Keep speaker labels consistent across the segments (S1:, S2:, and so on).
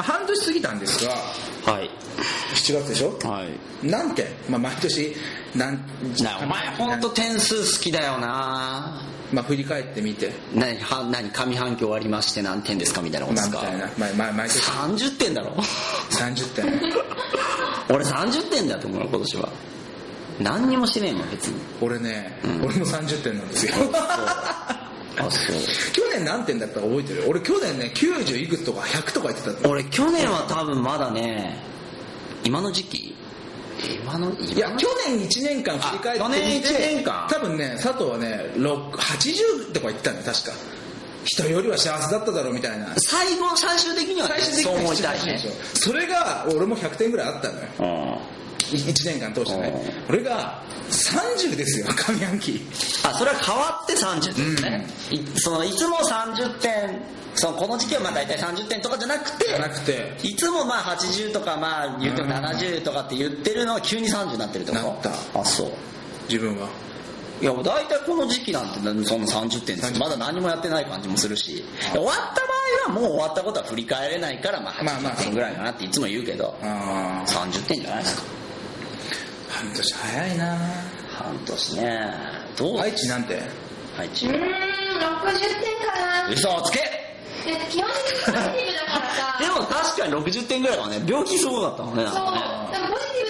S1: 年過ぎたんですが、
S2: はい。
S1: 7月でしょ
S2: はい。
S1: 何点、まあ、毎年何
S2: なお前ほんと点数好きだよな
S1: まあ振り返ってみて
S2: 何、は、何、上半期終わりまして何点ですかみたいなこと
S1: ま
S2: で
S1: あ
S2: す
S1: みた
S2: か
S1: いな、まあまあ、毎年
S2: 30点だろ
S1: 30点
S2: 俺30点だと思うよ今年は何にもしてねえもん別に
S1: 俺ね、
S2: うん
S1: 俺も30点なんですよ
S2: あそう
S1: 去年何点だったか覚えてる俺去年ね90いくつとか100とか言ってたの
S2: 俺去年は多分まだね今の時期今の今の
S1: いや去年1年間振り返ってみて
S2: あ去年一年間
S1: 多分ね佐藤はね6 80とか言ってたんだよ確か人よりは幸せだっただろうみたいな
S2: 最後最終的にはね、
S1: 最終的
S2: そう
S1: に
S2: 思
S1: はい
S2: たい
S1: 78で
S2: ね
S1: しょそれが俺も100点ぐらいあったのよ
S2: うん
S1: 1年間通してね俺が30ですよ 上半期
S2: あそれは変わって30点ね、いそのいつも30点そのこの時期はまあ大体30点とかじゃなくて
S1: じゃなくて
S2: いつもまあ80とかまあ言っても70とかって言ってるのは急に30になってるってこと
S1: なった
S2: あそう
S1: 自分はい
S2: や大体この時期なんてその30点です
S1: 30
S2: まだ何もやってない感じもするし終わった場合はもう終わったことは振り返れないからまあ
S1: まあまあ
S2: 80点ぐらいかなっていつも言うけど
S1: ああ
S2: 30点じゃないですか
S1: 半年早いな
S2: 半年ねどう
S1: 愛知なんて
S2: 愛
S3: う
S2: 知
S3: ーん、60点かな。
S2: 嘘をつけ
S3: で基本的にポジティブだからさ。
S2: でも確かに60点ぐらいはね病気すごかったもんねなん
S3: そう。
S2: かね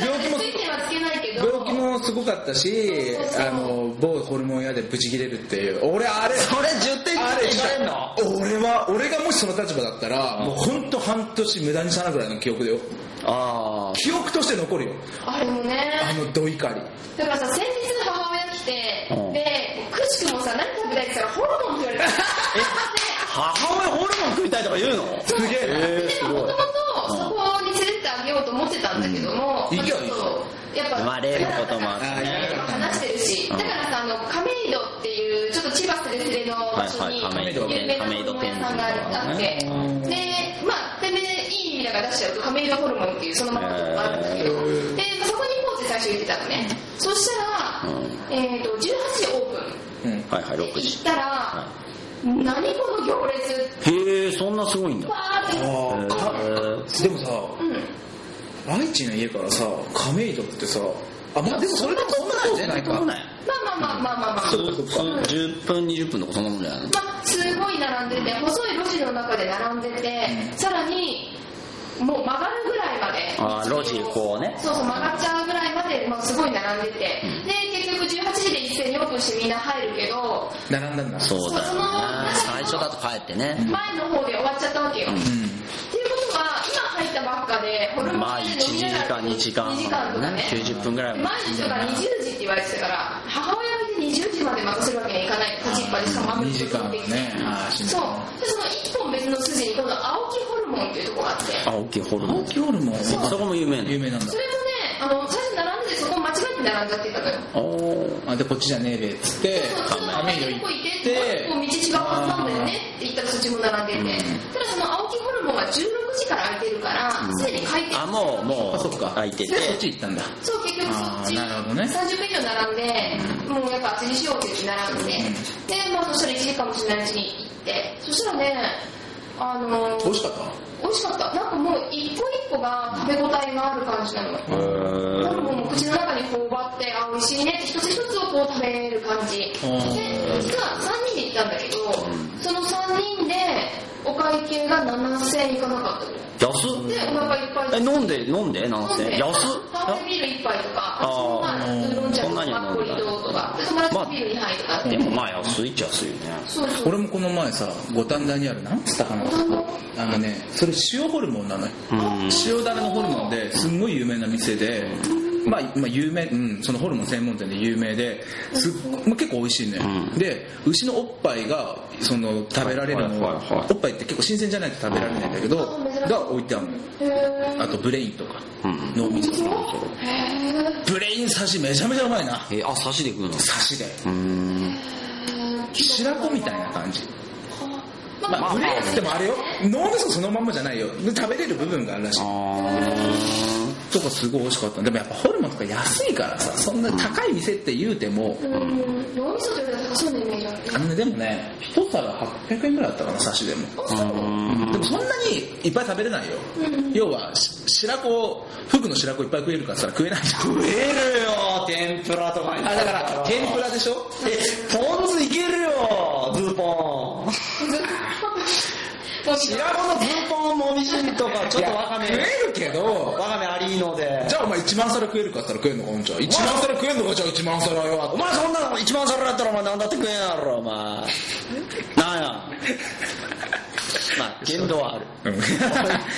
S3: でもポジティブだからついてはつけないけど。
S1: 病気もすごかったしあの某ホルモン屋でブチ切れるっていう俺あれ
S2: それ10点
S1: あ
S2: ぐ
S1: れ
S2: らいれんの
S1: 俺は俺がもしその立場だったらもう本当半年無駄にしたなぐらいの記憶だよ
S2: あ
S1: 記憶として残るよ
S3: あれも
S1: あ
S3: ね。
S1: のど怒り
S3: だからさ、先日母親来て
S2: うん、
S3: で、くしくもさ、何食べたいって言ったら、ホルモンって言われた。
S2: あ母親ホルモン食いたいとか言うの
S1: すげえ
S3: で、でももともとそこに連れてってあげようと思ってたんだけども、
S1: うん
S3: まあちょっとやっぱ
S2: 生まれることもあって
S1: ね
S3: 話してるし、
S2: うん
S3: だからさあの亀戸っていうちょっと千葉スレスレの場所
S2: は
S3: に
S2: いはい亀戸
S3: 有名なホルモン屋さんがあって、
S2: 亀戸天神とかね
S3: でまあ店名でいい意味だから出しちゃうと亀戸ホルモンっていうそのままのとこあるんだけど、
S2: へー
S3: でまあそこに行こうって最初言ってたのねそしたら、
S2: うん
S3: えー、と18時オー
S1: う
S3: プ
S1: ん
S2: はいはい
S3: ンで
S2: 6
S3: 行
S2: 時
S3: ったら、
S2: は
S3: 何この行列
S2: へえそんなすごいんだ
S3: バーって
S1: ああか
S2: へ
S1: でもさ
S3: うん
S1: 愛知の家からさ亀戸ってさあまあでもそれでもそんな遠くない
S2: そんなこと
S1: か
S2: ない
S3: まあまあまあまあまあまあ
S2: 数10分20分とかそんなもんじゃないの
S3: まあ、すごい並んでて細い路地の中で並んでて、
S1: うん
S3: さらにもう曲がるぐらいまで
S2: あー路地こうね
S3: そうそう曲がっちゃうぐらいまで、まあ、すごい並んでて、
S2: うん
S3: で結局18時で一斉にオープンしてみんな入るけど
S1: 並んだんだ
S2: そうだよね最初だと帰ってね
S3: 前の方で終わっちゃったわけよ、
S2: うん
S3: っていうことは今入ったばっかでホルモン
S2: まあ1時間2時間
S3: 2時間とかね
S2: ね90分ぐらい
S3: 前の人が20時って言われてたから母親がいて20時まで待たせるわけにはいかない立ちっぱでしか
S1: 2
S3: 守る
S1: 時
S3: こと
S1: 間
S3: が
S1: は
S3: でき
S1: ねああしん
S3: そうでその一本別の筋に今度青木ホルモンっていうとこがあって
S2: あ大きいホルモ
S1: 青
S2: ン
S1: 木ホルモン
S2: そこも有名
S1: 有
S2: な
S1: 名なんだ
S3: それもねあの最初並んでそこ間違えて並んじゃってたのよ
S2: のおー
S1: あでこっちじゃねえべっつって
S3: そうそっちの
S1: 亀戸
S3: こ
S1: 行
S3: こ
S1: っ
S3: 行けって
S1: て
S3: こう道違うはずなんだよねって言ったらそっちも並んでて
S2: う
S3: ただその青木ホルモンが16時から空いてるからすでに開店
S2: あもうも
S1: あそっ
S2: う
S1: か
S2: 空いてて
S1: でそっち行ったんだ
S3: そう結局そっち
S1: あーなるほどね
S3: 30分以上並んで、もうやっぱ味にしようって言って並んで、でまあそしたら1時間もしないうちに行ってそしたらねあのー
S1: 美味しかった
S3: 美味しかったなんかもう一個一個が食べ応えがある感じなの
S2: へー
S3: ホルモンも口の中に頬張ってあ美味しいねって一つ一つをこう食べる感じで実
S1: うん
S3: は3人で行ったんだけど
S2: うん
S3: その3人でお会計が7000円いかなかったのでお
S2: 安っ
S3: 腹いっぱい
S2: え飲んで飲んでなんせ安っ
S3: ハーフビール一杯とか、
S2: あー
S3: その前ウーロン茶
S2: そん
S3: と
S2: な
S3: か、
S2: には
S3: マッコリ
S2: 飲んだ
S3: とか、で友達
S2: まあ
S3: ビール二杯とかあっ
S2: で
S3: て。
S2: もまあ安いっちゃ安いよね
S3: そうそう。
S1: 俺もこの前さ五反田にあるなんつったかな
S3: あの
S1: あのねそれ塩ホルモンなのよ
S2: うん
S1: 塩だれのホルモンですんごい有名な店で、まあ、まあ有名、うん、そのホルモン専門店で有名ですっごまあ、結構美味しいのよ、
S2: うん
S1: で牛のおっぱいがその食べられるの、
S2: はいはいはいはい
S1: おっぱいって結構新鮮じゃないと食べられないんだけど、
S3: うんあ珍しい
S1: が置いてあるのよ
S3: へぇー。
S1: あとブレインとか
S2: うん
S1: 脳みそとか
S3: へぇ
S1: ブレイン刺しめちゃめちゃうまいな
S2: えーあ刺しで食うの
S1: 刺しで
S2: うーん
S3: ー。
S1: 白子みたいな感じ
S3: まあ
S1: まあ、ブレインっつってもあれよ
S3: ね
S1: 脳みそそのまんまじゃないよで食べれる部分があるらしい
S2: あ
S1: とかすごい美味しかったでもやっぱホルモンとか安いからさそんな高い店って言うても、
S3: うん脳みそって言われたら高そうなイメージある
S1: あのねでもね一皿800円ぐらいだったかな差しでもでもそんなにいっぱい食べれないよ、要はし白子服の白子いっぱい食えるからさ食えないじゃん
S2: 食えるよ天ぷらとかに
S1: あだから天ぷらでしょ
S2: えポン酢いけるよズーポン
S3: もう
S2: 白子のズーポンもみじんとかちょっとわかめ
S1: 食えるけど
S2: わかめありので
S1: じゃあお前1万皿食えるかって言ったら食えるのかほんちゃん1万皿食えるのかじゃあ1万皿よ
S2: お前そんなの一番それだったらお前何だって食えんやろお 前なんやまあ限度はある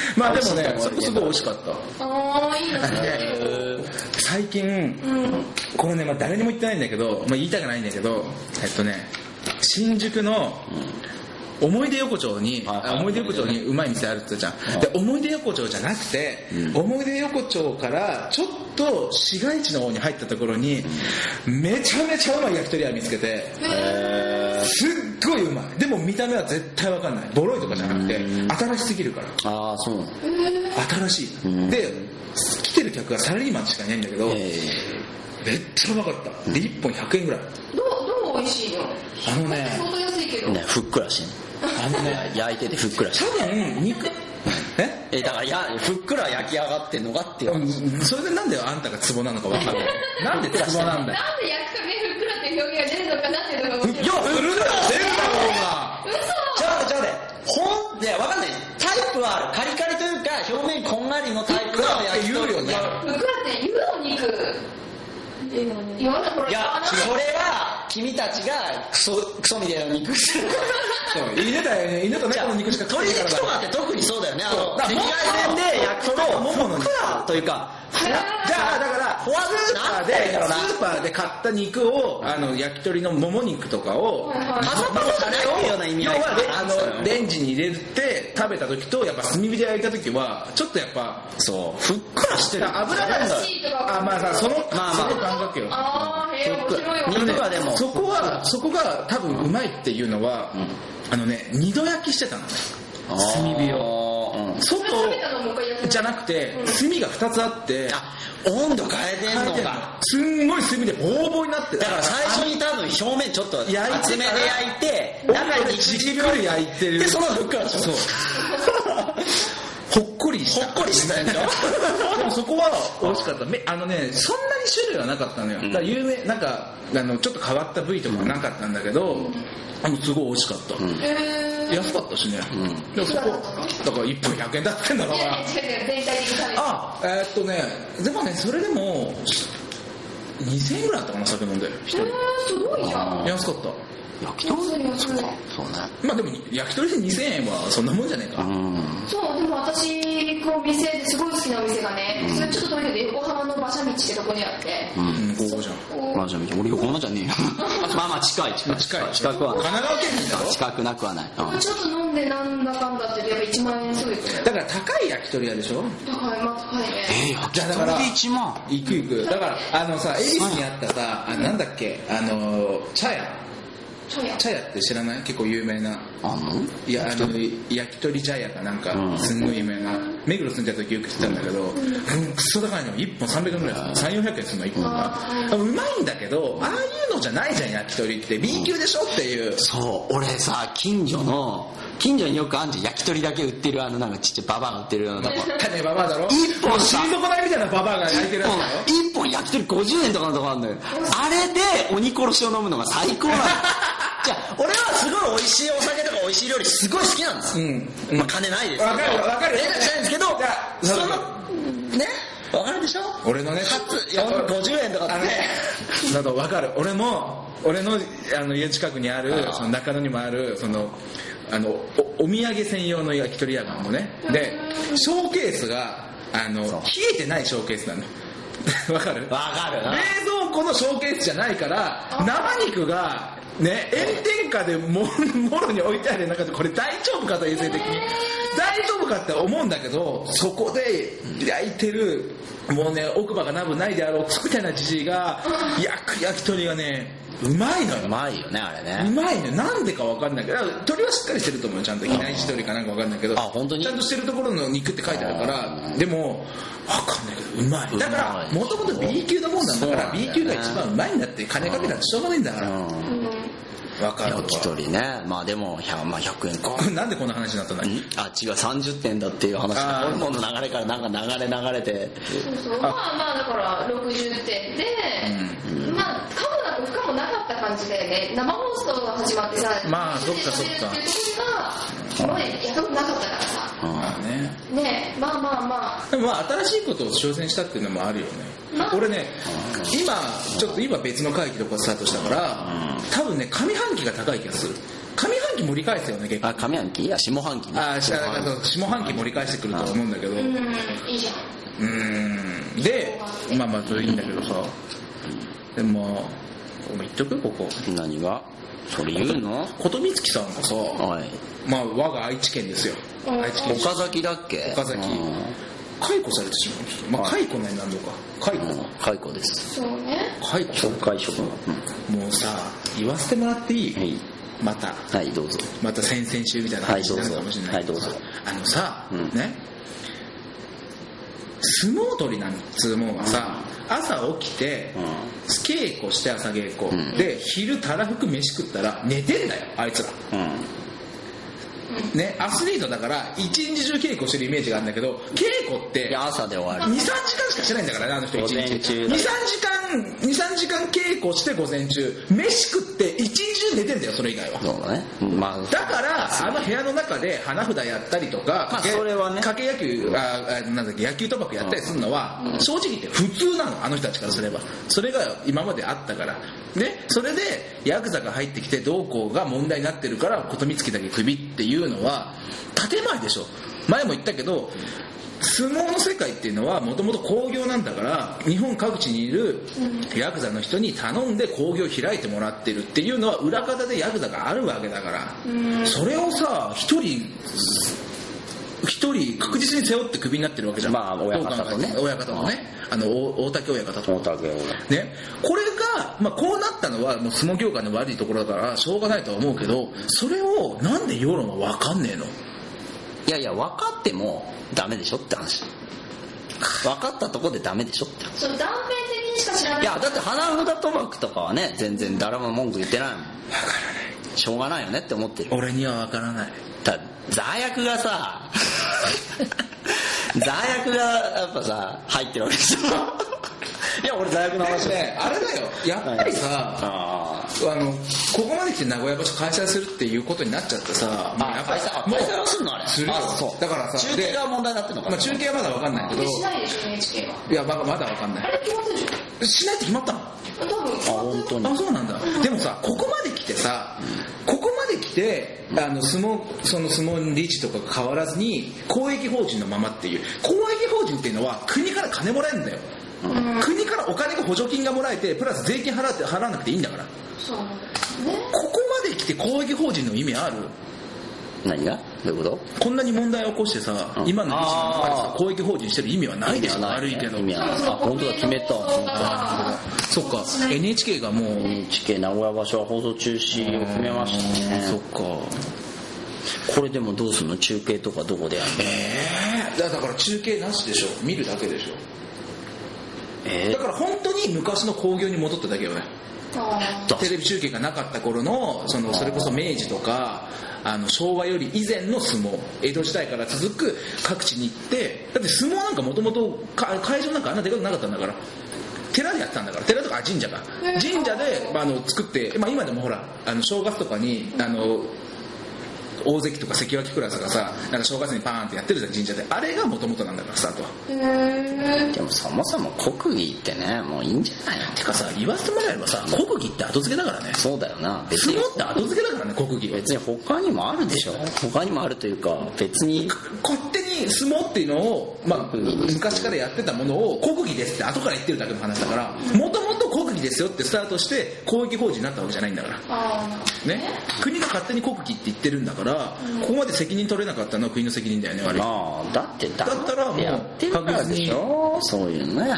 S1: まあでもねそれこそごい美味しかった
S3: ああいいですね
S1: 最近
S3: うん
S1: これね、まあ、誰にも言ってないんだけど、まあ、言いたくないんだけどえっとね新宿の思い出横丁に、
S2: はいはい
S1: あ思い出横丁にうまい店あるって言ったじゃん、
S2: は
S1: で思い出横丁じゃなくて、思い出横丁からちょっと市街地の方に入ったところにめちゃめちゃうまい焼き鳥屋見つけてすっごいうまいでも見た目は絶対わかんないボロいとかじゃなくて新しすぎるから
S2: ああそうなの
S1: 新しい、
S2: ん
S1: で来てる客がサラリーマンしかいないんだけど、
S2: え
S1: めっちゃうまかったで1本100円ぐらい
S3: どうどう美味しいの
S1: あのね
S3: 相当安いけ
S2: え
S3: ど
S2: ねふっくらしてん
S1: あのね
S2: の焼いててふっくらして
S1: 多
S2: んの
S1: 分肉え
S2: えだからやふっくら焼き上がってんのかっていう
S1: う
S2: 話
S1: んそれでなんであんたがツボなのかわかんないなんでツボなんだよ
S3: なんで焼くかねふっくらっていう表現が出るのかなっていうのが面白い
S2: よふっくらしてんだろお前
S3: 嘘
S2: ちょっとちょっとほんいやわかんないタイプはあるカリカリというか表面こんがりのタイプの焼き鳥
S1: ふっくらって言うよね
S3: ふっくらって言うお肉言わないほら
S2: いや
S3: あ
S2: それは君たちがクソクソみたいな肉してるから
S1: そう犬だよね犬と
S2: じゃ
S1: 猫
S2: あ
S1: の肉しか食
S2: 鶏
S1: えない
S2: 肉
S1: か
S2: と
S1: ら
S2: か
S1: だ
S2: って特にそうだよねあ
S1: そう
S2: の
S1: だか
S2: 赤
S1: ら
S2: 外線で焼くと
S1: ももの肉
S2: ふっくらというか
S1: じゃあだからフォアスーパーで
S2: なんて言うんだろうな
S1: スーパーで買った肉をあの焼き鳥のもも肉とかを
S3: はいはい
S2: パサパサじゃないような意味
S1: 要
S2: 合い
S1: はあの
S2: で
S1: レンジに入れて食べた時とやっぱ炭火で焼いた時はちょっとやっぱ
S2: そうふっくらしてる
S1: 油があまあさその
S2: まあまあ
S1: その感覚よ
S3: あーへえ面白いわ
S2: ふっくら肉はでも
S1: そこはそこが多分うまいっていうのは、あのね二度焼きしてたのね
S2: 炭
S1: 火
S2: をうん
S1: 外
S3: それ食べたのもう一回やって
S1: じゃなくて炭が2つあって
S2: あ温度変えてんのか
S1: すんごい炭でボーボーになって
S2: だから最初に多分表面ちょっと
S1: 焼いてから
S2: 厚めで焼いて中に
S1: じっくり焼いてる
S2: でそのふっくらでし
S1: そ
S2: ょ
S1: うほっこりした
S2: ほっこりしたでしょ
S1: でもそこは美味しかっためあのねそんなに種類はなかったのよ、だから有名なんかあのちょっと変わった部位とかはなかったんだけど、あのすごい美味しかった、
S3: えー
S1: 安かったしね、でもそこだから1本100円だってんだろ
S3: いうやい
S1: な
S3: や違う違う全体的に食べて
S1: あえーっとねでもねそれでも2000円ぐらいだったかな酒飲んで一人
S3: えーすごいじゃん
S1: 安かった
S2: 焼き
S3: 安い安い
S2: そうね
S1: まあでも焼き鳥で2000円はそんなもんじゃねえか、
S2: ん
S3: そう、でも私のお店ですごい好きなお店がね、それちょっと遠いけど横浜の馬車道ってとこにあって、
S1: うん合法じゃん
S3: こう
S2: まあじゃあ俺横浜じゃねえよまあまあ近い近い
S1: 近い
S2: 近くは
S1: 神
S2: ない
S1: 奈川県民だろ
S2: 近くなくはないうん
S3: ちょっと飲んでなんだかんだってやっぱ1万円すぐいくね
S1: だから高い焼き鳥屋でしょ
S3: 高いまあ高いね
S2: えー焼き
S1: じゃあだから
S2: 鳥で1万
S1: 行く行くだからあのさ恵比寿にあったさあなんだっけあの茶屋
S3: そうや
S1: 茶屋って知らない結構有名な
S2: あんの
S1: いやあの焼き鳥茶屋かなんか、
S2: うん
S1: すんごい有名な目黒住んでた時よく行ってたんだけど、うんクソ高いの1本300円ぐらい3400円するの1本が、うまいんだけどああいうのじゃないじゃん焼き鳥って B 級でしょっていう、
S2: そう俺さ近所の近所によくあんじゃん焼き鳥だけ売ってるあのなんかちっちゃいババアが売ってるようなとこ
S1: 金ババアだろ
S2: 一本さ
S1: 死んどこないみたいなババアが焼いてるやつだよ
S2: 一本焼き鳥50円とかのとこあるんだよあれで鬼殺しを飲むのが最高なの じゃあ俺はすごい美味しいお酒とか美味しい料理すごい好きなんです、
S1: うん
S2: まあ金ないです
S1: わかるわかる
S2: ねじゃないんですけど
S1: じゃあ
S2: そ
S1: わ
S2: のねわかるでしょ
S1: 俺のね
S2: 初450円とか
S1: あの
S2: って
S1: ね、などわかる。俺も、俺のあの家近くにある、
S2: あ
S1: その中野にもある、その、あの、おお土産専用の焼き鳥屋があるのね。で、ショーケースが、あの、冷
S2: う
S1: えてないショーケースな の。わかる
S2: わかる
S1: 冷
S2: な
S1: 蔵庫のショーケースじゃないから、生肉が、ね、炎天下でも、 もろに置いてある中で、これ大丈夫かと衛生的に。大丈夫かって思うんだけど、そこで焼いてる、もうね、奥歯がなぶないであろう、みたいなじじいが、焼く焼き鳥がね、うまいの
S2: う
S1: よ。
S2: まいよねあれ
S1: う
S2: ね
S1: まいのよなんでかわかんないけど、鳥はしっかりしてると思うよちゃんと。比内地鶏かなんかわかんないけど。
S2: あ本当に
S1: ちゃんとしてるところの肉って書いてあるから、でも、わかんないけどうま
S2: うまい
S1: いだからもともと B 級のもんなんだから
S2: そうなんだよ
S1: B
S2: ね
S1: 級が一番うまいんだって金かけたってしょうがないんだからわ
S2: う
S3: うんん
S1: かるわ
S2: 焼き鳥ねまあでも 100,、まあ、100円 か
S1: これなんでこんな話になったんだっけ
S2: あ違う30点だっていう話
S1: あー
S2: ホルモンの流れからなんか流れ流れて
S3: そうそうまあまあだから60点で、まあ可もなく不可もなかった感じだよね生放送が始まってさ
S1: まあそっかそっか
S3: 60点ってことが今までやったことなかったからさ
S2: うん
S1: まあね
S3: ねまあまあまあ
S1: でもまあ新しいことを挑戦したっていうのもあるよね
S3: まあ
S1: 俺ね今ちょっと今別の会議とかスタートしたから多分ね上半期が高い気がする上半期盛り返すよね結構
S2: あ上半期いや下半期ね
S1: あー下だから下半期盛り返してくると思うんだけどう
S3: うんいいじゃ
S1: ー
S3: ん
S1: んでまあまあそれいいんだけどさでもお前言っとくここ
S2: 何がそれ言うの
S1: 琴光さんがさ
S2: はい
S1: まあ我が愛知県ですよ
S3: うん
S1: 愛知県
S2: 岡崎だっけ
S1: 岡崎
S2: うん
S1: 解雇されてしまいましたまあ解雇になんのか解雇
S2: うん解雇です
S3: そうね
S1: 解雇
S2: 紹介職の
S1: もうさ言わせてもらっていい、
S2: はい
S1: また
S2: はいどうぞ
S1: また先々週みたいな話になるかもしれないけさ
S2: はいどうぞ
S1: あのさ、
S2: うん
S1: ね相撲取りなんつうもんはさ、朝起きて、
S2: う
S1: 稽古して朝稽古、
S2: ん
S1: で昼たらふく飯食ったら寝てんだよあいつら
S2: んうん
S1: ねアスリートだから一日中稽古してるイメージがあるんだけど稽古って
S2: いや朝で終わ
S1: 23時間しかしてないんだからねあの人一
S2: 午前
S1: 日
S2: 中
S1: 23
S2: だ
S1: 時間23時間稽古して午前中飯食って一日中寝てんだよそれ以外は
S2: りそうだねまあ
S1: だからあの部屋の中で花札やったりとか
S2: まあそれはね
S1: 掛け野球ああなんだっけ野球賭博やったりするのは正直言って普通なのあの人たちからすればそれが今まであったからねそれでヤクザが入ってきてどうこうが問題になってるから琴光だけクビっていうのは建前でしょ前も言ったけど相撲の世界っていうのはもともと興行なんだから日本各地にいるヤクザの人に頼んで興行開いてもらってるっていうのは裏方でヤクザがあるわけだからそれをさ一人一人確実に背負ってクビになってるわけじゃん
S2: まあ親方とね
S1: どう考えても親方もねあの大大竹親方と
S2: 大竹を
S1: ね、これが、まあ、こうなったのはもう相撲業界の悪いところだからしょうがないとは思うけどそれをなんで世論は分かんねえの
S2: いやいや分かってもダメでしょって話分かったとこでダメでしょって話
S3: その断片的にしか知らない
S2: いやだって花札賭博とかはね全然誰も文句言ってないもん分からないしょうがないよねって思ってる
S1: 俺には分からない
S2: だ座薬が さ座薬がやっぱさ入ってるわけでしょいや俺座薬の話
S1: ねあれだよやっぱりさ
S2: あ
S1: あのここまで来て名古屋場所開催するっていうことになっちゃってさ
S2: あ
S1: やっぱ
S2: 開
S1: り
S2: 催あ
S1: もう
S2: 開催はすんのあれ
S1: するよ
S2: あそう
S1: だからさ
S2: 中継が問題になってんのか
S1: まあ、中継はまだ分かんないけど
S3: しないでしょ NHK はい
S1: やまだまだ分かんな
S3: あれ決まってるでし
S1: いしないって決まったの
S3: ょ多分
S2: あ本当に
S1: あそうなんだでもさここまで来てさここまで来てあの相撲その相撲の理事とかが変わらずに公益法人のままっていう公益法人っていうのは国から金もらえるんだよ国からお金が補助金がもらえてプラス税金払って払わなくていいんだからこ
S3: そうなんですね
S1: こまで来て公益法人の意味ある
S2: 何がどういうこと
S1: こんなに問題を起こしてさ
S2: うん
S1: 今の理事の中でさ
S2: あー
S1: 公益法人してる意味はないでしょ
S2: 意味はない
S1: 悪いけど
S2: 意味はない
S3: 多分その
S2: あ本当だ決めた
S3: 国営の放送が
S1: そっか NHK がもう
S2: NHK 名古屋場所は放送中止を決めましたね
S1: そっか
S2: これでもどうすんの中継とかどこでやるの
S1: ええだだから中継なしでしょ見るだけでしょ
S2: え
S1: だから本当に昔の興行に戻っただけよね
S3: あ
S2: だ
S1: テレビ中継がなかった頃のそのそれこそ明治とかあの昭和より以前の相撲江戸時代から続く各地に行ってだって相撲なんかもともと会場なんかあんなでかくなかったんだから寺でやってたんだから寺とかあ神社か
S3: うん
S1: 神社で、まあ、あの作って、まあ、今でもほらあの正月とかにあの大関とか関脇クラスがさなんか正月にパーンってやってるじゃん神社であれがもともとなんだからさとは
S3: ーへえ
S2: ーでもそもそも国技ってねもういいんじゃないの
S1: てかさ言わせてもらえばさ国技って後付けだからね
S2: そうだよな別
S1: 相
S2: に
S1: 撲って後付けだからね国技
S2: 別に他にもあるでしょ他にもあるというか別に
S1: 勝手に相撲っていうのを、まあ、
S2: うん
S1: 昔からやってたものを国技ですって後から言ってるだけの話だからもともと国技ですよってスタートして公益法人になったわけじゃないんだから
S3: あ
S1: ね国が勝手に国技って言ってるんだからここまで責任取れなかったのは国の責任だよね悪い
S2: まあだってだ
S1: だったらもう
S2: やってるからでしょそういうね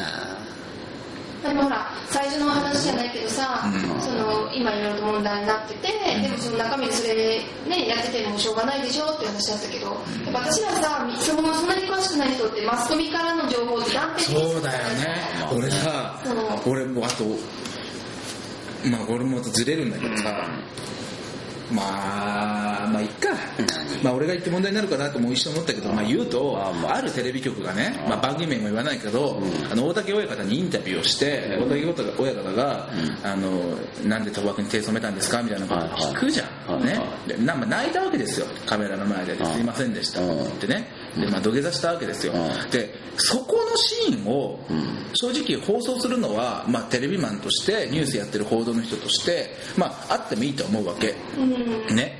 S3: あでもほら最初の話じゃないけどさ、
S1: うん
S3: その今いろいろと問題になってて、でもその中身でそれ、ね、やっててもしょうがないでしょって話だったけど、やっぱ私らさそのそんなに詳しくない人ってマスコミからの情報って断定的に
S1: そうだよね俺さ
S3: そう
S1: 俺もあとまあ俺もずれるんだけどさ、まあまあいっか、まあ、俺が言って問題になるかなとも一瞬思ったけど、まあ、言うと
S2: あまあ
S1: あるテレビ局がね、まあ、番組名も言わないけど、
S2: うん
S1: あの大竹親方にインタビューをして、
S2: うん
S1: 大竹親方が、あのなんで賭博に手染めたんですかみたいなことを聞くじゃん、
S2: はいはいはい
S1: ね
S2: は
S1: でなまあ泣いたわけですよカメラの前で
S2: うん
S1: すいませんでした
S2: うん
S1: ってねで、まあ、土下座したわけですよ、
S2: うん
S1: でそこのシーンを
S2: ん
S1: 正直放送するのは、まあ、テレビマンとしてニュースやってる報道の人として、まあ、あってもいいと思うわけ、
S3: うん
S1: ね、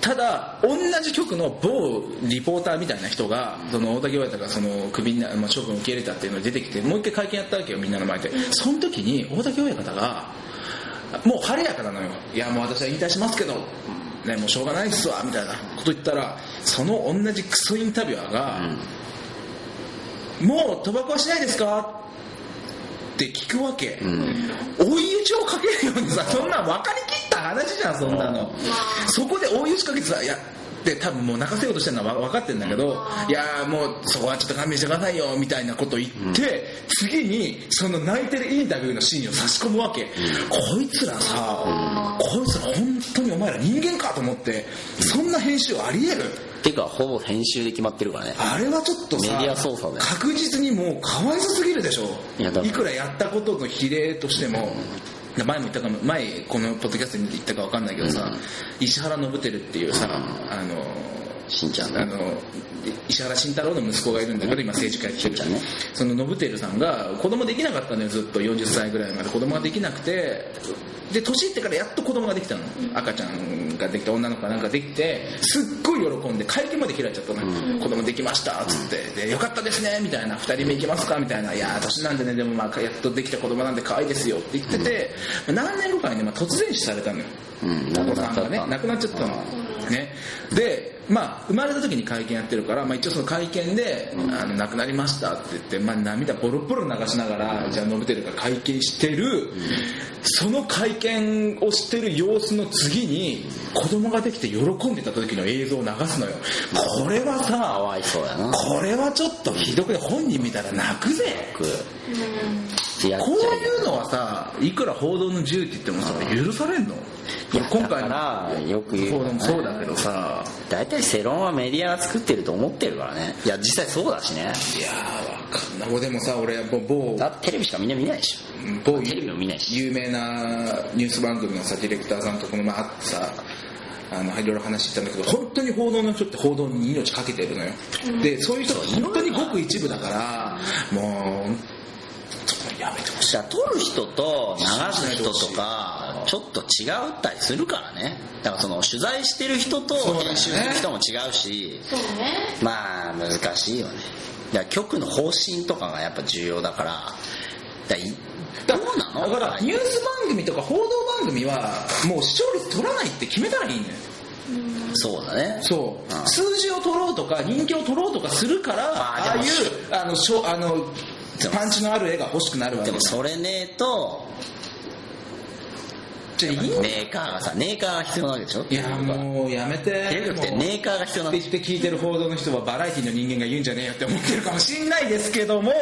S1: ただ同じ局の某リポーターみたいな人がその大竹親方がそのクビにな、まあ、処分受け入れたっていうのが出てきてもう一回会見やったわけよみんなの前でその時に大竹親方がもう晴れやかなのよいやもう私は引退しますけど、ね、もうしょうがないっすわみたいなこと言ったらその同じクソインタビュアーが、もう賭博はしないですかって聞くわけ、
S2: うん
S1: 追い打ちをかけるようにさそんなん分かりきった話じゃんそんなのそこで追い打ちかけてさいやで多分もう泣かせようとしてるのは分かってるんだけどいやーもうそこはちょっと勘弁してくださいよみたいなこと言って、次にその泣いてるインタビューのシーンを差し込むわけ、こいつらさ、こいつら本当にお前ら人間かと思ってそんな編集ありえる
S2: てかほぼ編集で決まってるからね
S1: あれはちょっとさ
S2: メディア操作だよ
S1: 確実にもうかわいそすぎるでしょ
S2: いやだから
S1: いくらやったことの比例としても前も言ったかも前このポッドキャストに言ったか分かんないけどさ、石原伸晃っていうさ、あの
S2: しんちゃん
S1: あ
S2: ね
S1: の石原慎太郎の息子がいるんだけど今政治家やってる
S2: しんちゃんね
S1: その信輝さんが子供できなかったのよずっと40歳ぐらいまで子供ができなくてで年いってからやっと子供ができたの赤ちゃんができた女の子がなんかできてすっごい喜んで会見まで開いちゃったの、子供できましたっつってでよかったですねみたいな2人目行きますかみたいないやー年なんでねでもまあやっとできた子供なんで可愛いですよって言ってて何年後かにね、まあ、突然死されたのよ
S2: うん
S1: お
S2: 亡
S1: 子
S2: く
S1: さ
S2: なっ
S1: ん
S2: ちゃ
S1: が
S2: っ
S1: ね
S2: た
S1: 亡くなっちゃったの
S2: う
S1: ね、で、まあ、生まれた時に会見やってるから、まあ、一応その会見で、あの亡くなりましたって言って、まあ、涙ボロボロ流しながら、じゃあ述べてるから会見してる、その会見をしてる様子の次に子供ができて喜んでた時の映像を流すのよこれは
S2: か
S1: さ
S2: わいそうやな
S1: これはちょっとひどくて本人見たら泣くぜ
S2: くやっ
S1: こう
S2: ちゃ
S1: いうのはさいくら報道の自由って言ってもさ許されんの
S2: いや
S1: 今回
S2: だから
S1: の
S2: よく言う
S1: 報道もそうだけどさ
S2: 大体世論はメディアが作ってると思ってるからねいや実際そうだしね
S1: いやーわかんない俺でもさ俺某某
S2: だってテレビしかみんな見ないでし
S1: 某
S2: ょテレビも見ないし
S1: 有名なニュース番組のさディレクターさんとこの前会ってさあのいろいろ話したんだけど本当に報道の人って報道に命かけてるのよ、でそういう人って本当にごく一部だからもうちょっとやめてほしい
S2: じゃあ撮る人と流す人とかちょっと違うったりするからねだからその取材してる人と
S1: そうだよね
S2: 編集する人も違うし
S3: そうね
S2: まあ難しいよねだから局の方針とかがやっぱ重要だからだいどうな
S1: だ
S2: の
S1: からニュース番組とか報道番組はもう視聴率取らないって決めたらいいんだよ
S2: そうだね
S1: そう
S2: うん
S1: 数字を取ろうとか人気を取ろうとかするから
S2: あー
S1: ああい
S2: でも
S1: うあのしょあの
S2: でも
S1: パンチのある絵が欲しくなるわけ
S2: でもそれねえと
S1: じゃあいい
S2: メーカーがさメーカーが必要なわけでしょ
S1: いやもうやめて
S2: テレビ局ってメーカーが必要な
S1: っ
S2: ん
S1: て
S2: で
S1: 言って聞いてる報道の人はバラエティの人間が言うんじゃねえよって思ってるかもしんないですけども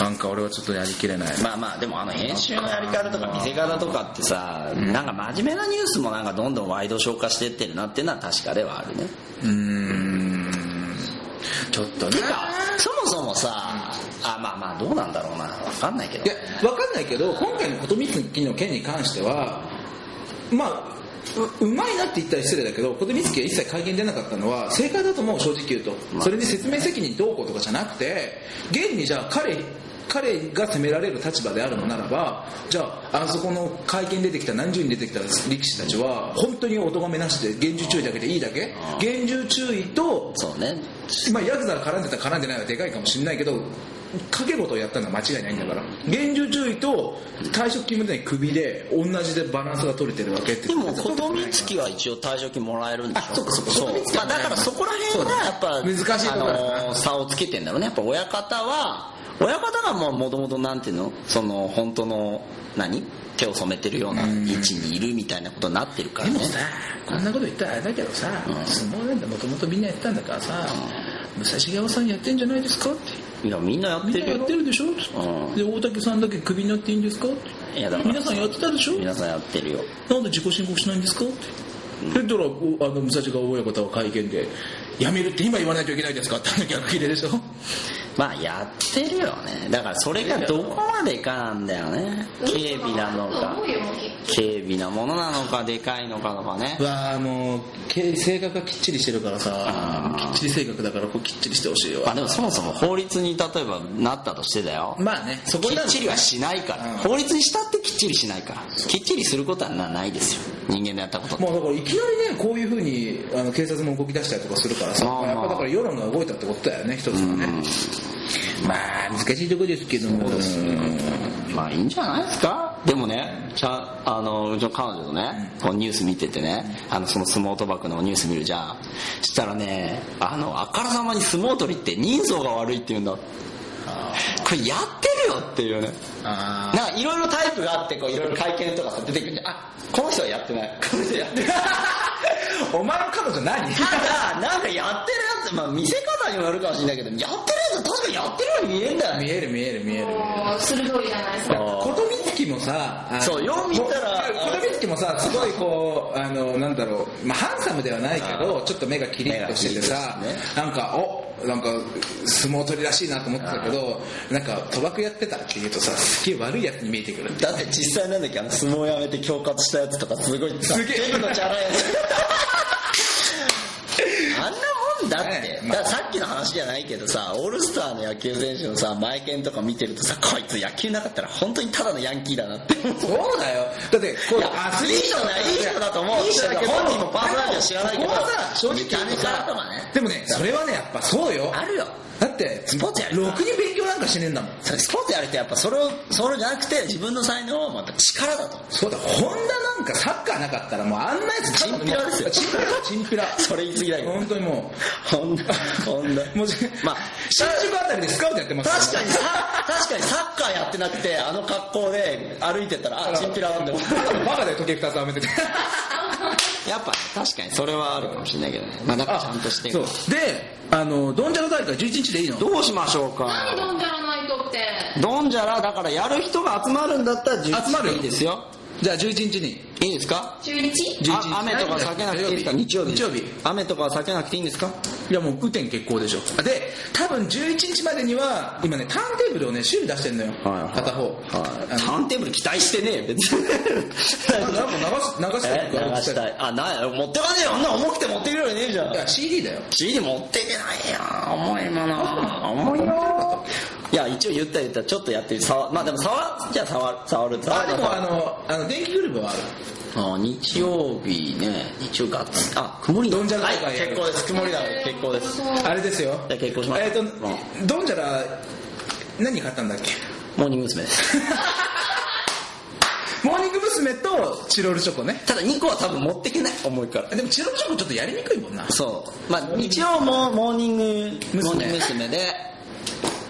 S1: なんか俺はちょっとやりきれない
S2: まあまあでもあの編集のやり方とか見せ方とかってさなんか真面目なニュースもなんかどんどんワイド消化してってるなっていうのは確かではあるね
S1: うーんちょっとね
S2: てかそもそもさあまあまあどうなんだろうなわかんないけど
S1: いや分かんないけど今回のことみつきの件に関してはまあううまいなって言ったら失礼だけどことみつきが一切会見出なかったのは正解だと思う正直言うと
S2: まあ
S1: それに説明責任どうこうとかじゃなくて現にじゃあ彼彼が責められる立場であるのならばじゃああそこの会見出てきた何十人出てきた力士たちは本当にお咎めなしで厳重注意だけでいいだけ
S2: あー
S1: 厳重注意と
S2: そうね
S1: まあ、ヤクザが絡んでた絡んでないはでかいかもしれないけど掛け事をやったのは間違いないんだから厳重注意と退職金みたいに首で同じでバランスが取れてるわけって
S2: でも琴光月は一応退職金もらえるんでしょ
S1: あそっかそっか
S2: そう
S1: 琴光喜
S2: ま
S1: は
S2: あ
S1: ね
S2: だからそこら辺がやっぱ
S1: そうだね難しいところだな
S2: あのー差をつけてんだろうねやっぱ親方は親方がもうもともとなんていうのその本当の何手を染めてるような位置にいるみたいなことになってるから
S1: で
S2: ね
S1: もさこんなこと言ったらあれだけどさ、
S2: うん
S1: 相撲なんてもともとみんなやってたんだからさ、武蔵川さんやってんじゃないですかって
S2: いやみんなやっ
S1: みん
S2: て
S1: な
S2: る
S1: やっ
S2: よ
S1: てるでしょ、
S2: ん
S1: で大竹さんだけクビになっていいんですかって
S2: いやだから
S1: 皆さんやってたでしょ
S2: 皆さんやってるよ
S1: なんで自己申告しないんですかってそしたらおあの武蔵川親方は会見で「辞めるって今言わないといけないですか?」ってあの逆切れでしょ
S2: まあやってるよねだからそれがどこまでかなんだよね軽微なのか
S3: 思うよもう結
S2: 軽微なものなのかでかいのかとかね
S1: わあもうけ性格がきっちりしてるからさ
S2: あー
S1: きっちり性格だからこうきっちりしてほしい
S2: まあ
S1: わ
S2: でもそもそも法律に例えばなったとしてだよ
S1: まあねそこ
S2: き
S1: な
S2: っ
S1: の
S2: ちりはしないから、
S1: うん
S2: 法律にしたってきっちりしないからきっちりすることはなないですよ人間のやったことって
S1: もうだからいきなりねこういうふうにあの警察も動き出したりとかするからさ
S2: あー
S1: やっぱだから世論が動いたってことだよね一つはねまあ難しいとこですけども
S2: まあいいんじゃないですかでもねちゃあのうちの彼女のね、こうニュース見ててねあのその相撲賭博のニュース見るじゃんしたらねあのあからさまに相撲取りって人相が悪いって言うんだこれやってるよっていうね
S1: あ
S2: なんかいろいろタイプがあってこういろいろ会見とかさ出てくるじゃんあこの人はやってないこの人やってない
S1: ーお前の彼女何
S2: ただなんかやってるやつ、まあ、見せ方にもよるかもしれないけどやってるやつは確かにやってるように見えんだよ
S1: 見える見える見える
S3: 構もう鋭いじゃないですか
S2: あー
S1: ことみつきもさあの
S2: そうよう見たら
S1: こことみつきもさすごいこうあのなんだろう、まあ、ハンサムではないけどちょっと目がキリッとしててさ、
S2: 目がキリッとし
S1: なんかおなんか相撲取りらしいなと思ってたけどなんか賭博やってたって言うとさすげえ悪いやつに見えてくる
S2: だって実際なんだっけあの相撲やめて恐喝したやつとかすごい
S1: すげえ
S2: 全部のチャラいやつあんなもんだって、
S1: ねえまあ
S2: だからさっきの話じゃないけどさオールスターの野球選手のさ前剣とか見てるとさこいつ野球なかったら本当にただのヤンキーだなって思う
S1: そうだよだってこ
S2: いやいい人だよいい人だと思う
S1: いい人だけど
S2: 本人もパーソナリティは知らないけど
S1: ここはさ正直言うと
S2: 見た目からと
S1: さ
S2: かね
S1: でもねそれはねやっぱそうよ
S2: あるよ
S1: だって
S2: スポーツやる
S1: ろくに勉強なんかしねえんだもん
S2: それスポーツやるとやっぱそれをそれじゃなくて自分の才能をまた 力だと
S1: そうだ、ホンダなんかサッカーなかったらもうあんなやつ
S2: チンピラですよ
S1: チンピラ、チンピラ。
S2: それ言い過ぎだけど
S1: 本当にも
S2: ほんほんだ
S1: う。もう、
S2: まあ
S1: 新宿あたりでスカウトやってます
S2: 確かにさ確かにサッカーやってなくてあの格好で歩いてたらあチンピラなんだよ
S1: に。バカだよ、時計二つはめてて。
S2: やっぱ確かにそれはあるかもしれないけどねまあだからちゃんとして
S1: そう。で、あの、ドンジャラ大会11日でいいの
S2: どうしましょうか
S3: 何飲んじゃらないとって
S2: ドンジャラだからやる人が集まるんだったら11
S1: 集まるよ
S2: いいですよ
S1: じゃあ11日に。
S2: いいですか
S3: 中日
S1: 11
S2: あ雨とか避けなくていいですか
S1: 日
S2: 日
S1: 曜
S2: 曜
S1: 日
S2: 日
S1: 日曜日
S2: 雨とかは避けなくていいんですか
S1: いやもう雨天決行でしょ。で、多分11日までには、今ね、ターンテーブルをね、修理出してんのよ。
S2: はいはい
S1: 片方。
S2: はいタ
S1: あの
S2: ーンテーブル期待してねえよ別に
S1: なんか流す、流し
S2: え
S1: てる
S2: 流したいあない持ってかねえよあんな重くて持ってくるようねえじゃん
S1: いや、CD だよ。
S2: CD 持ってけないや重いもの重いよいや一応言った言ったちょっとやってみる触まあでも触じゃあ触る触る触
S1: あ
S2: る
S1: でもあのあの電気グループはある
S2: あ日曜日ね日曜がっつあ曇りだ
S1: どんじゃら
S2: はい
S1: 大会やる
S2: 結構です曇りだ結構ですじゃ
S1: あれですよ
S2: あ結構します
S1: えっ、
S2: うん
S1: とドンジャラ何買ったんだっけ
S2: モーニング娘。です
S1: モーニング娘。とチロルチョコね
S2: ただ2個は多分持ってけない重いから
S1: でもチロルチョコちょっとやりにくいもんな
S2: そうまあ一応もうモーニング
S1: 娘
S2: モーニング娘。で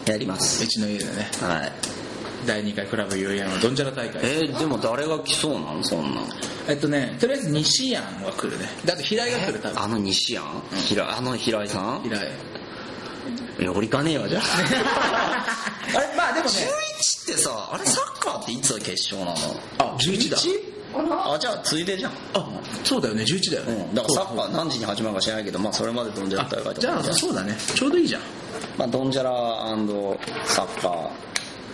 S2: やります
S1: うちの家でね
S2: はい
S1: 第2回クラブ有縁のドンジャラ大会
S2: えー、でも誰が来そうなのそんなん
S1: えっとねとりあえず西庵は来るねだって平井が来る多分
S2: あの西やん平あの平井さん
S1: 平井
S2: いや、俺行かねえわ、じゃあ。
S1: あれ まあでもね
S2: 中1ってさ、あれサッカーっていつが決勝なの
S1: あ11だ
S2: 11? あ、じゃあついでじゃん。
S1: あそうだよね11だよ
S2: う
S1: ね、
S2: ん、だからサッカー何時に始まるか知らないけど、まあそれまでドンジャラ大会と
S1: あ
S2: か。
S1: じゃあそうだねちょうどいいじゃん
S2: まあドンジャラサッ カー。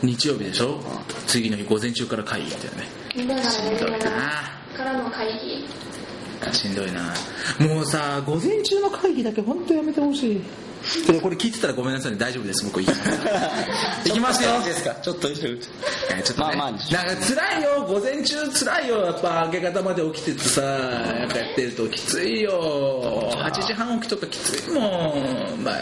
S1: 日曜日でしょ次の日午前中から会議だよね
S3: みんなが
S1: しんどいな
S3: やるからの会議
S1: しんどいなもうさ午前中の会議だけ本当やめてほしいでこれ聞いてたらごめんなさいね大丈夫です僕行きます行きますよ
S2: いいですかちょっと一緒
S1: えーちょっとね、
S2: まあまあ
S1: なんか辛いよ午前中辛いよやっぱ明け方まで起きててさなんかやってるときついよ8時半起きとかきついもんまあ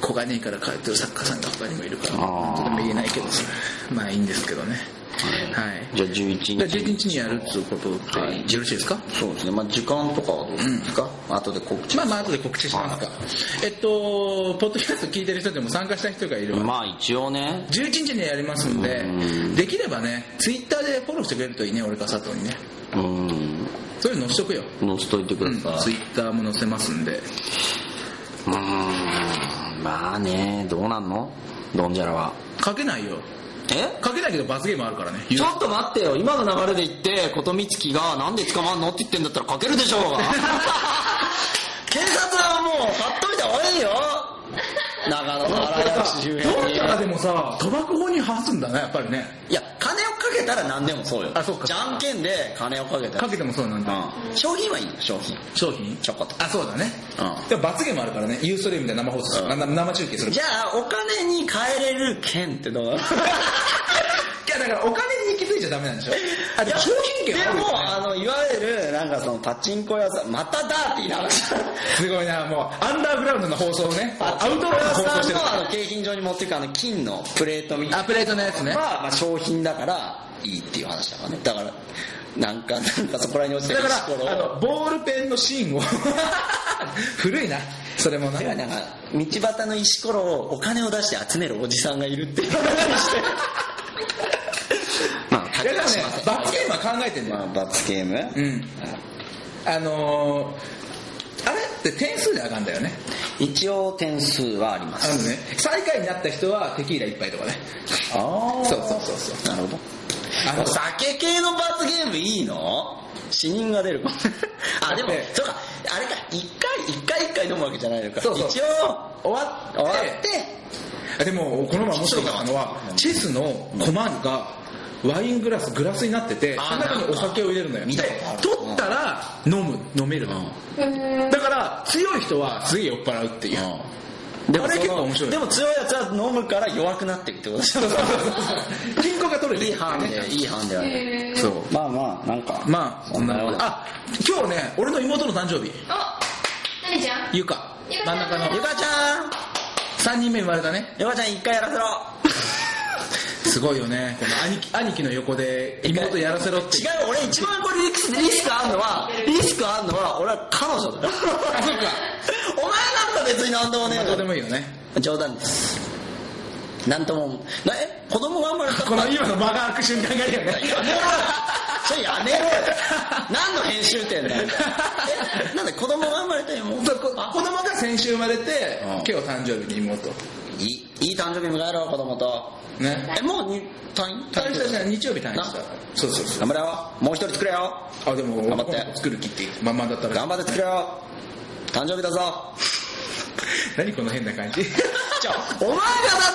S1: 小金井から帰ってる作家さんが他にもいるから
S2: あー
S1: とても言えないけどさまあいいんですけどねはい
S2: じゃあ11日
S1: じゃあ11日にやるっていうことって、
S2: はい
S1: よろしいですか
S2: そうですねまあ時間とかはどうですか、後で告知
S1: まあまあ後で告知しますか
S2: は。
S1: えっと、ポッドキャスト聞いてる人でも参加した人がいるわ
S2: まあ一応ね
S1: 11日にやりますんで、できればね、ツイッターでフォローしてくれるといいね、俺か佐藤にね。
S2: うん
S1: そういうの載しとくよ。
S2: 載せといてく
S1: う
S2: だ
S1: ん、
S2: さい、
S1: ツイッターも載せますんで。
S2: うーんまあねどうなんのドンジャラは
S1: 書けないよ。
S2: え
S1: 書けないけど罰ゲームあるからね。
S2: ちょっと待ってよ今の流れで言って琴光月がなんで捕まんのって言ってんだったら書けるでしょ うが警察はもう買っといた方がいいよ長野の原
S1: ど
S2: 田市周辺
S1: う
S2: に
S1: やらでもさ、賭博法に反すんだね、やっぱりね。
S2: いや金をかけたら何でもそうよ
S1: あそうか
S2: じゃんけんで金をかけたら
S1: かけてもそうなんだ。
S2: うん商品はいいよ商品
S1: 商品
S2: チョコとか
S1: あ、そうだね。
S2: うん
S1: でも罰ゲームあるからね、ユーストリームで生放送する、
S2: うん
S1: な生中継する
S2: じゃあお金に換えれる券ってどうなの
S1: いやだからお金に気づいちゃダメなん でしょあでも商品
S2: で
S1: 券あるよ、ね、
S2: もあのいわゆるなんかそのパチンコ屋さんまたダーティーな話
S1: すごいなもうアンダーグラウンドの放送をね
S2: パ
S1: ア
S2: チン
S1: ウ
S2: コ
S1: トロー
S2: 屋
S1: の放送し
S2: さん
S1: てる
S2: のあの景品上に持っていくあの金のプレートみたい
S1: アプレートのやつね
S2: なのは、まあ、商品だからいいっていう話だからねだからなんかなんかそこら辺に落ちて
S1: だ
S2: る
S1: か
S2: 石こ
S1: らあ
S2: ろを
S1: のボールペンの芯を 古いなそれもな
S2: ではなんか道端の石ころをお金を出して集めるおじさんがいるっていう話に してまあ
S1: いやでもね罰ゲームは考えてんだよ、
S2: まあ、罰ゲーム、
S1: うんあのー、あれって点数であかんだよね
S2: 一応点数はありま
S1: あの
S2: す。
S1: ね最下位になった人はテキーラ一杯とかね
S2: ああ
S1: そうそうそうそう
S2: なるほど。
S1: あの
S2: 酒系の罰ゲームいいの死人が出るかも。 あ、でも
S1: だって、
S2: そうか、あれか、一回、一回一回飲むわけじゃないのか。
S1: そうそう
S2: 一応、終わ終わって、
S1: あでもこの前面白かったのはチェスのコマがワイングラスグラスになってて
S2: あー
S1: その中にお酒を入れるのよで
S2: 見たことある
S1: 取ったら飲む飲めるの
S3: うん
S1: だから強い人はすげえ酔っ払うっていう
S2: で
S1: あれ
S2: その
S1: 結構面白い
S2: でも強いやつは飲むから弱くなってるってことでしょ。
S1: 金庫が取れ
S2: い
S1: て
S2: いハンデ、いいハンデはね。
S3: へー
S1: そう
S2: まあまあ、なんか。
S1: まあそんな
S2: よう
S1: のあ今日ね俺の妹の誕生日
S3: あ何ちゃん
S1: ゆか
S3: ゆかち
S1: 真
S3: ゃん
S1: ん中の
S2: ゆかちゃん
S1: 3人目生まれたね
S2: ゆかちゃん一回やらせろ
S1: すごいよねこの兄貴兄貴の横で妹やらせろって
S2: 違う俺一番これリスリスクあんのはリスクあんのは俺は彼女だよ
S1: あそっか
S2: お前なんか別に何でもね
S1: まあどうで
S2: え
S1: もいいよね
S2: よ冗談ですなんともなえ子供が生まれた
S1: この今の間が空く瞬間がいいよね
S2: やめろよそれやめろよ何の編集点だよえなんで子供が 生まれたよもう
S1: そうこ子供が先週生まれて、
S2: うん
S1: 今日誕生日に妹
S2: いいいい誕生日迎えろ子供と
S1: ね
S2: えもうに退院
S1: 退院したじゃん日曜日退院
S2: な
S1: したそうそうそ
S2: 頑張れよもう一人作れよ
S1: うあでも
S2: 頑張っ
S1: 男
S2: て
S1: の子作る気っていうまんまだったら
S2: 頑張って作れよ誕生日だぞ
S1: 何この変な感 じ
S2: じゃあお前がだ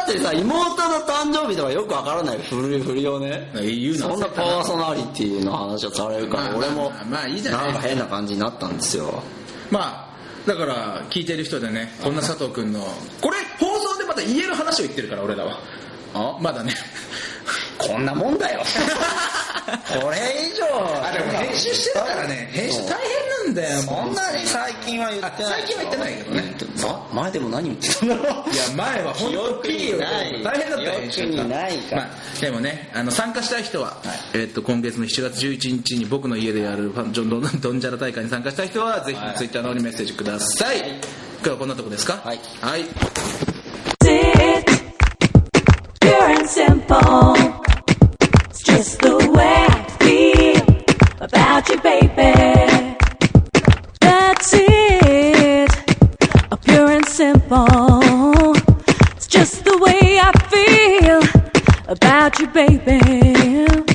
S2: ってさ妹の誕生日とかよくわからない古い振りをね
S1: 言うな
S2: そんなパーソナリティの話をされるから、
S1: まあ
S2: 俺も
S1: まあまあいいじゃない
S2: んか変な感じになったんですよ
S1: まあだから聞いてる人でねこんな佐藤君のこれ放送でまた言える話を言ってるから俺らは
S2: あ
S1: まだね
S2: こんなも んだよこれ以上
S1: あでも編集してるからね編集大変なんだよ
S2: そ
S1: も
S2: ん
S1: う
S2: なに最近は言ってない
S1: あ最近は言ってないけどね
S2: 言ってあ前でも何言ってたんだろう
S1: いや前は本当ピ ーよ
S2: ない
S1: 大変だったよ編集
S2: 記憶にないから
S1: まあ、でもねあの参加したい人は、えっと今月の7月11日に僕の家でやるファンジョンドンドンジャラ大会に参加したい人はぜひ
S2: はい
S1: ツイッターの方にメッセージください、
S2: はい
S1: 今日はこんなとこですか
S2: はい
S1: はい、
S4: See it, pure and simple. It's just the way I feel about you, baby. That's it, a pure and simple. It's just the way I feel about you, baby.